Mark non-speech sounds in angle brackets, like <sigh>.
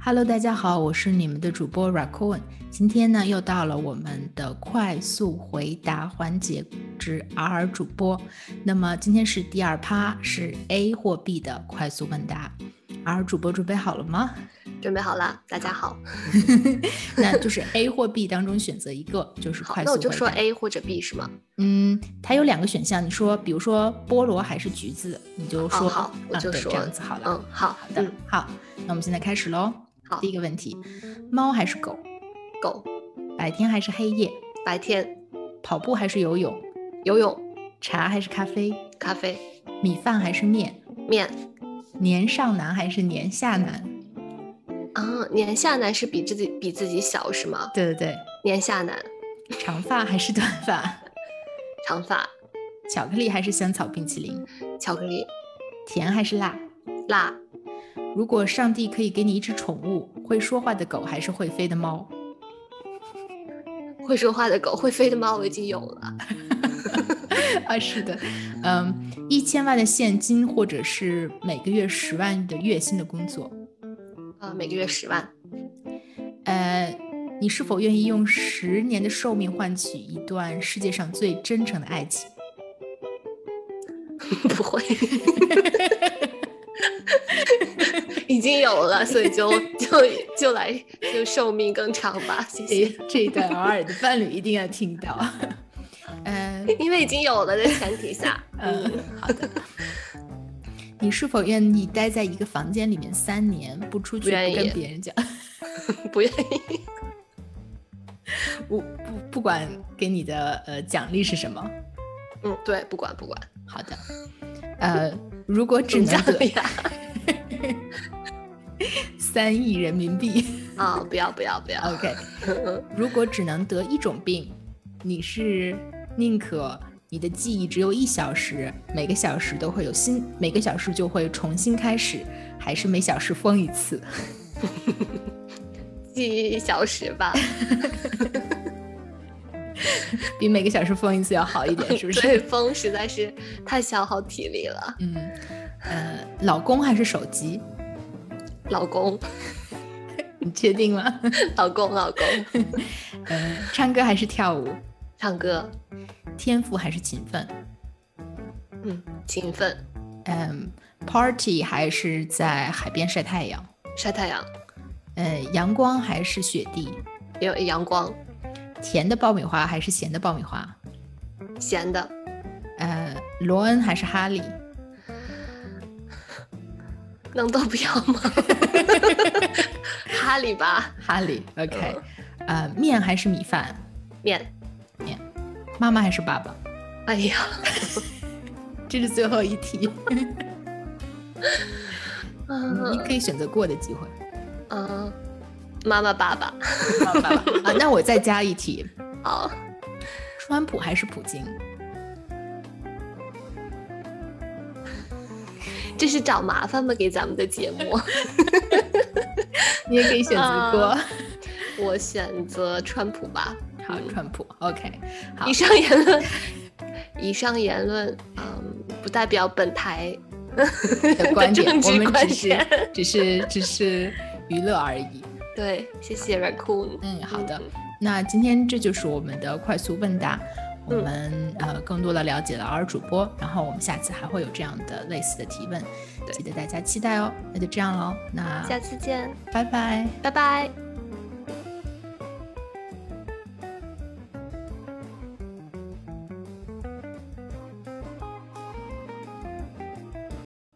Hello，大家好，我是你们的主播 Raccoon。今天呢，又到了我们的快速回答环节之 R 主播。那么今天是第二趴，是 A 或 B 的快速问答。R 主播准备好了 <laughs> 吗？准备好了，大家好。那就是 A 或 B 当中选择一个，就是好快，速那回答。我就说 A 或者 B 是吗？嗯，它有两个选项，你说，比如说菠萝还是橘子，你就说，好我啊就对说这样子好了。嗯，好好的嗯，，好，那我们现在开始喽。好第一个问题，猫还是狗？狗，白天还是黑夜？白天跑步还是游泳？游泳、茶还是咖啡？咖啡、米饭还是面？面年上男还是年下男？啊，年下男是比自己比自己小是吗？对对对，年下男，长发还是短发？长发、巧克力还是香草冰淇淋？巧克力、甜还是辣？辣，如果上帝可以给你一只宠物，会说话的狗还是会飞的猫？ <laughs> 会说话的狗，会飞的猫我已经有了。啊，是的，嗯，一千万的现金或者是每个月十万的月薪的工作，啊，每个月十万， <laughs> 呃，你是否愿意用十年的寿命换取一段世界上最真诚的爱情？不会，已经有了，所以就就就来就寿命更长吧，谢这谢。 <laughs> 这一段偶尔的伴侣一定要听到。 <laughs> 嗯因为已经有了的前提下，嗯，好的。你是否愿意待在一个房间里面三年，不出去，不愿不意跟别人讲， <laughs> 嗯不愿意。不不不管给你的呃奖励是什么？嗯，对，不管不管，好的。呃，如果只怎么能讲得呀？三亿人民币。啊，不要不要不要， OK，如果只能得一种病，你是宁可你的记忆只有一小时，每个小时都会有新，每个小时就会重新开始，还是每小时疯一次？记忆一小时吧。比每个小时疯一次要好一点，是不是？ <laughs> 对，风实在是太消耗体力了。嗯，呃，老公还是手机？老公，你确定吗？老公，老公，呃，唱歌还是跳舞？唱歌，天赋还是勤奋？嗯，勤奋，嗯，party 还是在海边晒太阳？晒太阳，呃，阳光还是雪地？有阳光，甜的爆米花还是咸的爆米花？闲的，呃，罗恩还是哈利？能都不要吗？ <laughs> 哈里吧，哈利，OK。呃，面还是米饭？面，妈妈还是爸爸？哎呀，这是最后一题，你嗯可以选择过的机会。嗯，妈妈，爸爸，妈妈爸爸啊，那我再加一题：好，川普还是普京？这是找麻烦吗？给咱们的节目， <laughs> 你也可以选择嗯过。我选择川普吧。呃好，川普，OK。好以上言论，以上言论，嗯，不代表本台的观 <laughs> 点，政治我们观只是点只是只是娱乐而已。对，谢谢 Raccoon。嗯，好的。那今天这就是我们的快速问答，我嗯们、呃更多的了解了 R 主播，然后我们下次还会有这样的类似的提问，对记得大家期待哦。那就这样喽，那下次见，拜拜。拜拜。